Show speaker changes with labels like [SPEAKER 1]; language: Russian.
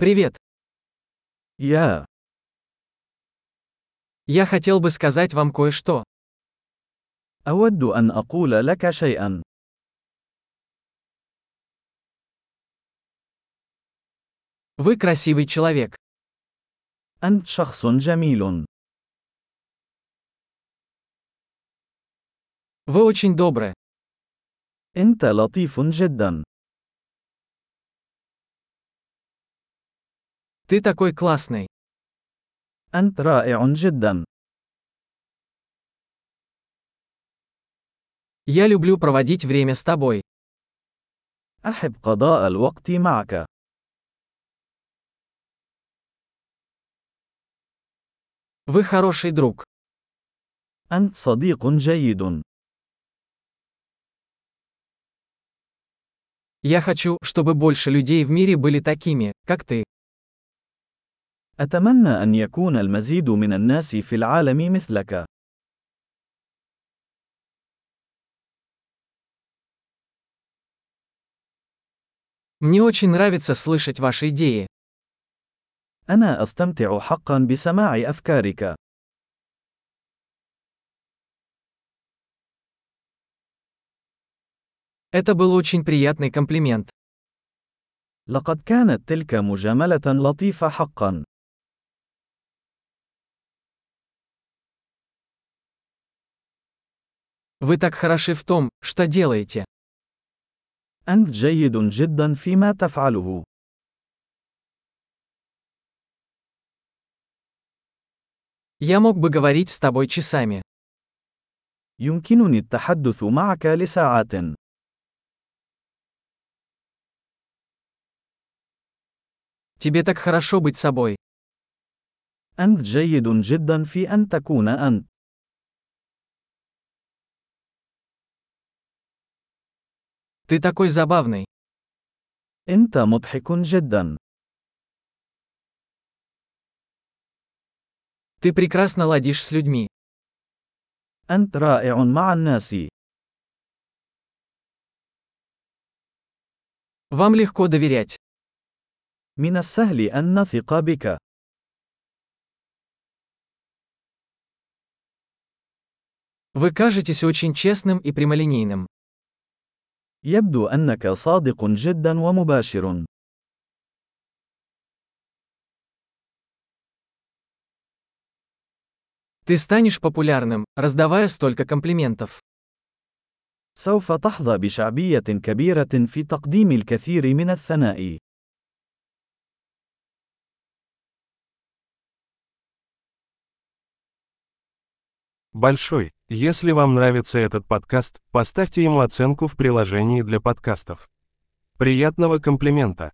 [SPEAKER 1] Привет.
[SPEAKER 2] يا
[SPEAKER 1] Я хотел бы сказать вам кое-что.
[SPEAKER 2] أود أن أقول لك شيئا.
[SPEAKER 1] Вы красивый человек.
[SPEAKER 2] أنت شخص جميل.
[SPEAKER 1] Вы очень добры.
[SPEAKER 2] أنت لطيف جدا.
[SPEAKER 1] Ты такой классный.
[SPEAKER 2] أنت رائع جدا.
[SPEAKER 1] Я люблю проводить время с тобой.
[SPEAKER 2] أحب قضاء الوقت معك.
[SPEAKER 1] Вы хороший друг.
[SPEAKER 2] أنت صديق جيد.
[SPEAKER 1] Я хочу, чтобы больше людей в мире были такими, как ты.
[SPEAKER 2] أتمنى أن يكون المزيد من الناس في العالم مثلك.
[SPEAKER 1] Мне очень нравится слышать ваши идеи.
[SPEAKER 2] أنا أستمتع حقا بسماع أفكارك.
[SPEAKER 1] Это был очень приятный комплимент.
[SPEAKER 2] لقد كانت تلك مجاملة لطيفة حقا.
[SPEAKER 1] Вы так хороши в том, что делаете.
[SPEAKER 2] أنت جيد جدا فيما تفعله.
[SPEAKER 1] Я мог бы говорить с тобой часами.
[SPEAKER 2] يمكنني التحدث معك لساعات.
[SPEAKER 1] Тебе так хорошо быть собой.
[SPEAKER 2] أنت جيد جدا في أن تكون أنت.
[SPEAKER 1] Ты такой забавный.
[SPEAKER 2] أنت مضحك جدا.
[SPEAKER 1] Ты прекрасно ладишь с людьми.
[SPEAKER 2] أنت رائع مع الناس.
[SPEAKER 1] Вам легко доверять.
[SPEAKER 2] من السهل أن نثق بك.
[SPEAKER 1] Вы кажетесь очень честным и прямолинейным.
[SPEAKER 2] يبدو أنك صادق جدا ومباشر.
[SPEAKER 1] Ты станешь популярным, раздавая столько комплиментов.
[SPEAKER 2] سوف تحظى بشعبية كبيرة في تقديم الكثير من الثناء.
[SPEAKER 3] Большой. Если вам нравится этот подкаст, поставьте ему оценку в приложении для подкастов. Приятного комплимента!